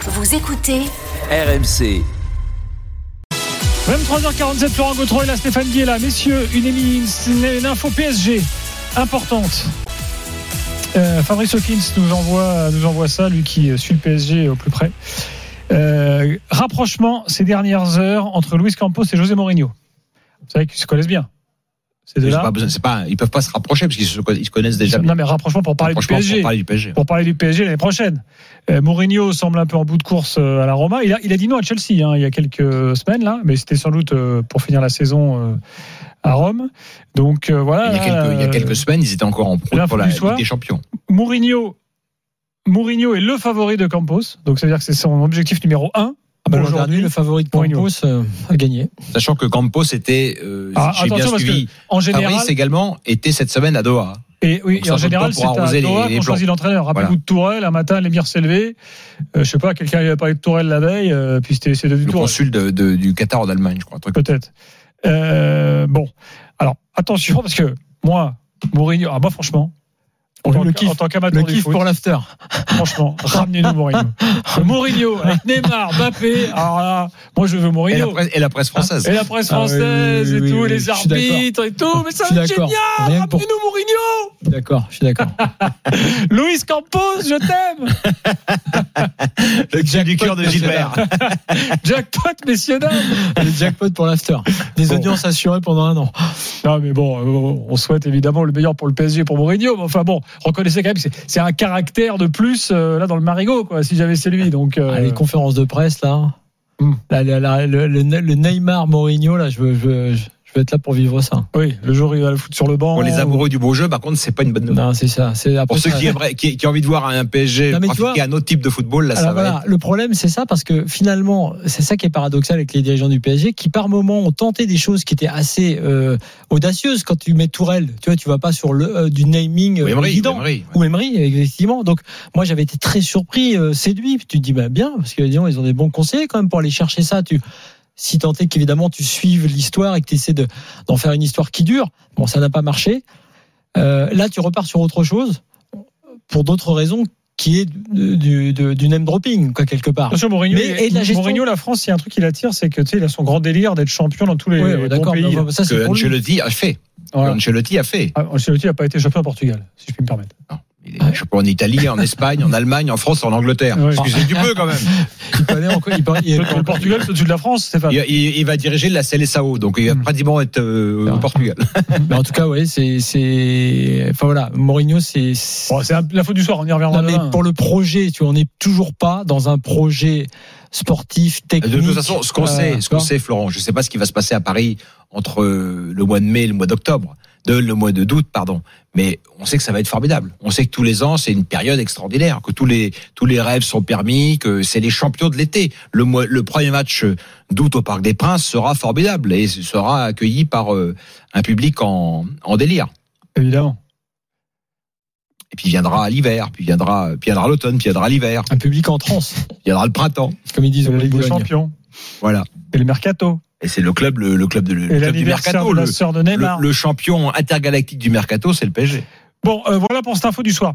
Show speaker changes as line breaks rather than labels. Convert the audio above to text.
Vous écoutez
RMC.
23h47, Florent Gautreau et là Stéphane Guy est là. Messieurs, une, émi- une, une info PSG importante. Euh, Fabrice Hawkins nous envoie, nous envoie ça, lui qui suit le PSG au plus près. Euh, rapprochement ces dernières heures entre Luis Campos et José Mourinho. Vous savez qu'ils se connaissent bien. Ces
Ils
deux-là.
pas besoin- c'est pas, ils peuvent pas se rapprocher parce qu'ils se conna- ils se connaissent déjà.
Non mais rapprochement pour parler du
Franchement,
PSG.
pour parler du PSG.
pour parler du PSG l'année prochaine. Euh, Mourinho semble un peu en bout de course euh, à la Roma. Il a, il a dit non à Chelsea hein, il y a quelques semaines, là, mais c'était sans doute euh, pour finir la saison euh, à Rome. Donc euh,
Ah,
voilà.
Il y, a quelques, il y a
euh,
quelques semaines, ils étaient encore en pro
l'info
pour la
du soir.
Ligue des Champions.
Mourinho, Mourinho est le favori de Campos, donc ça veut dire que c'est son objectif numéro un.
Ah
Ah
bah,
Aujourd'hui, bah, le favori de
Mourinho.
Campos euh, a gagné.
Sachant que Campos était, euh,
Ah,
si j'ai bien
attention, parce
suivi,
en général,
Fabrice également était cette semaine à Doha.
et, oui,
donc
et
ça
en
vaut le
général,
temps
c'est
pour
à
arroser les-
Doha
les
qu'on
plans.
choisit l'entraîneur. Rappelez-vous de Tourelle, un matin, l'émir s'est levé. Euh, je sais pas, quelqu'un n'avait parlé de Tourelle la veille, euh, puis c'était c'est devenu
Le
Tourelle.
consul de- de- du Qatar en Allemagne, je crois. un truc.
peut-être. Euh, bon, alors attention parce que moi, Mourinho, ah, moi franchement, en tant
le
que-
kiffe.
en tant
Le
qu'amateur du
kiff
foot,
pour l'after.
franchement, ramenez-nous Mourinho. Mourinho avec Neymar, Mbappé, alors là, moi je veux
Et la,
Mourinho.
presse, et la presse française.
Et la presse
Ah oui,
française
oui, oui,
et tout,
oui,
les
je suis d'accord.
arbitres et tout, mais ça
Je suis
va être
d'accord.
génial,
Rien que pour-
ramenez-nous Mourinho
Je suis D'accord, je suis d'accord.
Luis Campos, je t'aime
le cul du cœur de Gilbert.
Jackpot, messieurs dames
le jackpot pour l'after. Des
Bon.
audiences assurées pendant un an.
Non, mais bon, euh, on souhaite évidemment le meilleur pour le PSG et pour Mourinho. Mais enfin bon, reconnaissez quand même que c'est- c'est un caractère de plus euh, là dans le marigot, quoi, si j'avais c'est lui. Donc, euh,
Ah, les conférences de presse, là.
Hmm.
Là, là, là, le, le- le Neymar Mourinho, là, je veux, je, veux, je veux être là pour vivre ça.
oui, le jour où il va le foutre sur le banc. euh,
Pour les amoureux du beau jeu, par contre, c'est pas une bonne nouvelle.
Non, c'est ça. C'est après
Pour ceux
ça-
qui, aimeraient- qui, qui ont envie de voir un PSG
Non, mais tu
pratiquer
vois-
un autre type de football, là, ça
Alors
va
voilà, le problème c'est ça parce que finalement, c'est ça qui est paradoxal avec les dirigeants du PSG qui par moments ont tenté des choses qui étaient assez euh, audacieuses quand tu mets Tourelle, tu vois, tu vas pas sur le euh, du naming
être.
euh,
Ou Emery,
évident.
ou Emery, ouais.
Ou Emery, effectivement. Donc, moi, j'avais été très surpris, euh, séduit. Puis tu te dis, bah, bien, parce que disons, ils ont des bons conseillers quand même pour aller chercher ça. Tu, si tant est qu'évidemment tu suives l'histoire et que tu essaies de, d'en faire une histoire qui dure, bon, ça n'a pas marché. Euh, là, tu repars sur autre chose pour d'autres raisons qui est du, du- du- du name dropping, quoi, quelque part.
Attention, Mourinho,
Mais-
il-
et de la gestion-
Mourinho, la France, il y a un truc qui l'attire, c'est que tu sais, il a son grand délire d'être champion dans tous les
Ouais,
bons
ouais, d'accord,
pays.
mais ça, c'est
Que
pour lui.
Ancelotti a fait.
Voilà.
Ancelotti a fait.
Ah, Ancelotti n'a pas été champion au Portugal, si je puis me permettre.
Il est champion en Italie, en Espagne, en Allemagne, en France, en Angleterre.
Ouais. Ah.
Excusez du peu quand même.
Il peut aller encore- il peut- il-
Le Portugal, c'est au-dessus de la France, Stéphane.
Il, il- il va diriger la CLSAO, donc il va
Hmm.
pratiquement être euh, au
Ah.
Portugal.
Mais en tout cas, ouais, c'est, c'est, enfin voilà, Mourinho, c'est, c'est-
Bon, c'est un- la faute du soir, on y reviendra
Non, mais
demain.
pour le projet, tu vois, on n'est toujours pas dans un projet sportif, technique.
De toute façon, ce qu'on
euh,
sait, ce
tu
qu'on
vois.
sait, Florent, je ne sais pas ce qui va se passer à Paris entre euh, le mois de mai et le mois d'octobre, de le mois de d'août, pardon. Mais on sait que ça va être formidable. On sait que tous les ans, c'est une période extraordinaire, que tous les tous les rêves sont permis, que c'est les champions de l'été. Le mois, le premier match d'août au Parc des Princes sera formidable et sera accueilli par euh, un public en, en délire.
Évidemment.
Et puis viendra l'hiver, puis viendra, puis viendra l'automne, puis viendra l'hiver,
Un public en transe,
puis viendra le printemps.
comme ils
C'est
disent au
la
Bois de
Ligue des
Boulogne.
Champions.
Voilà.
Et le Mercato.
Et c'est le club, le, le club de le
Et
club du
l'anniversaire
mercato,
de
le,
la sœur de
le,
Neymar.
le champion intergalactique du mercato, c'est le PSG.
Bon, euh, voilà pour cette info du soir.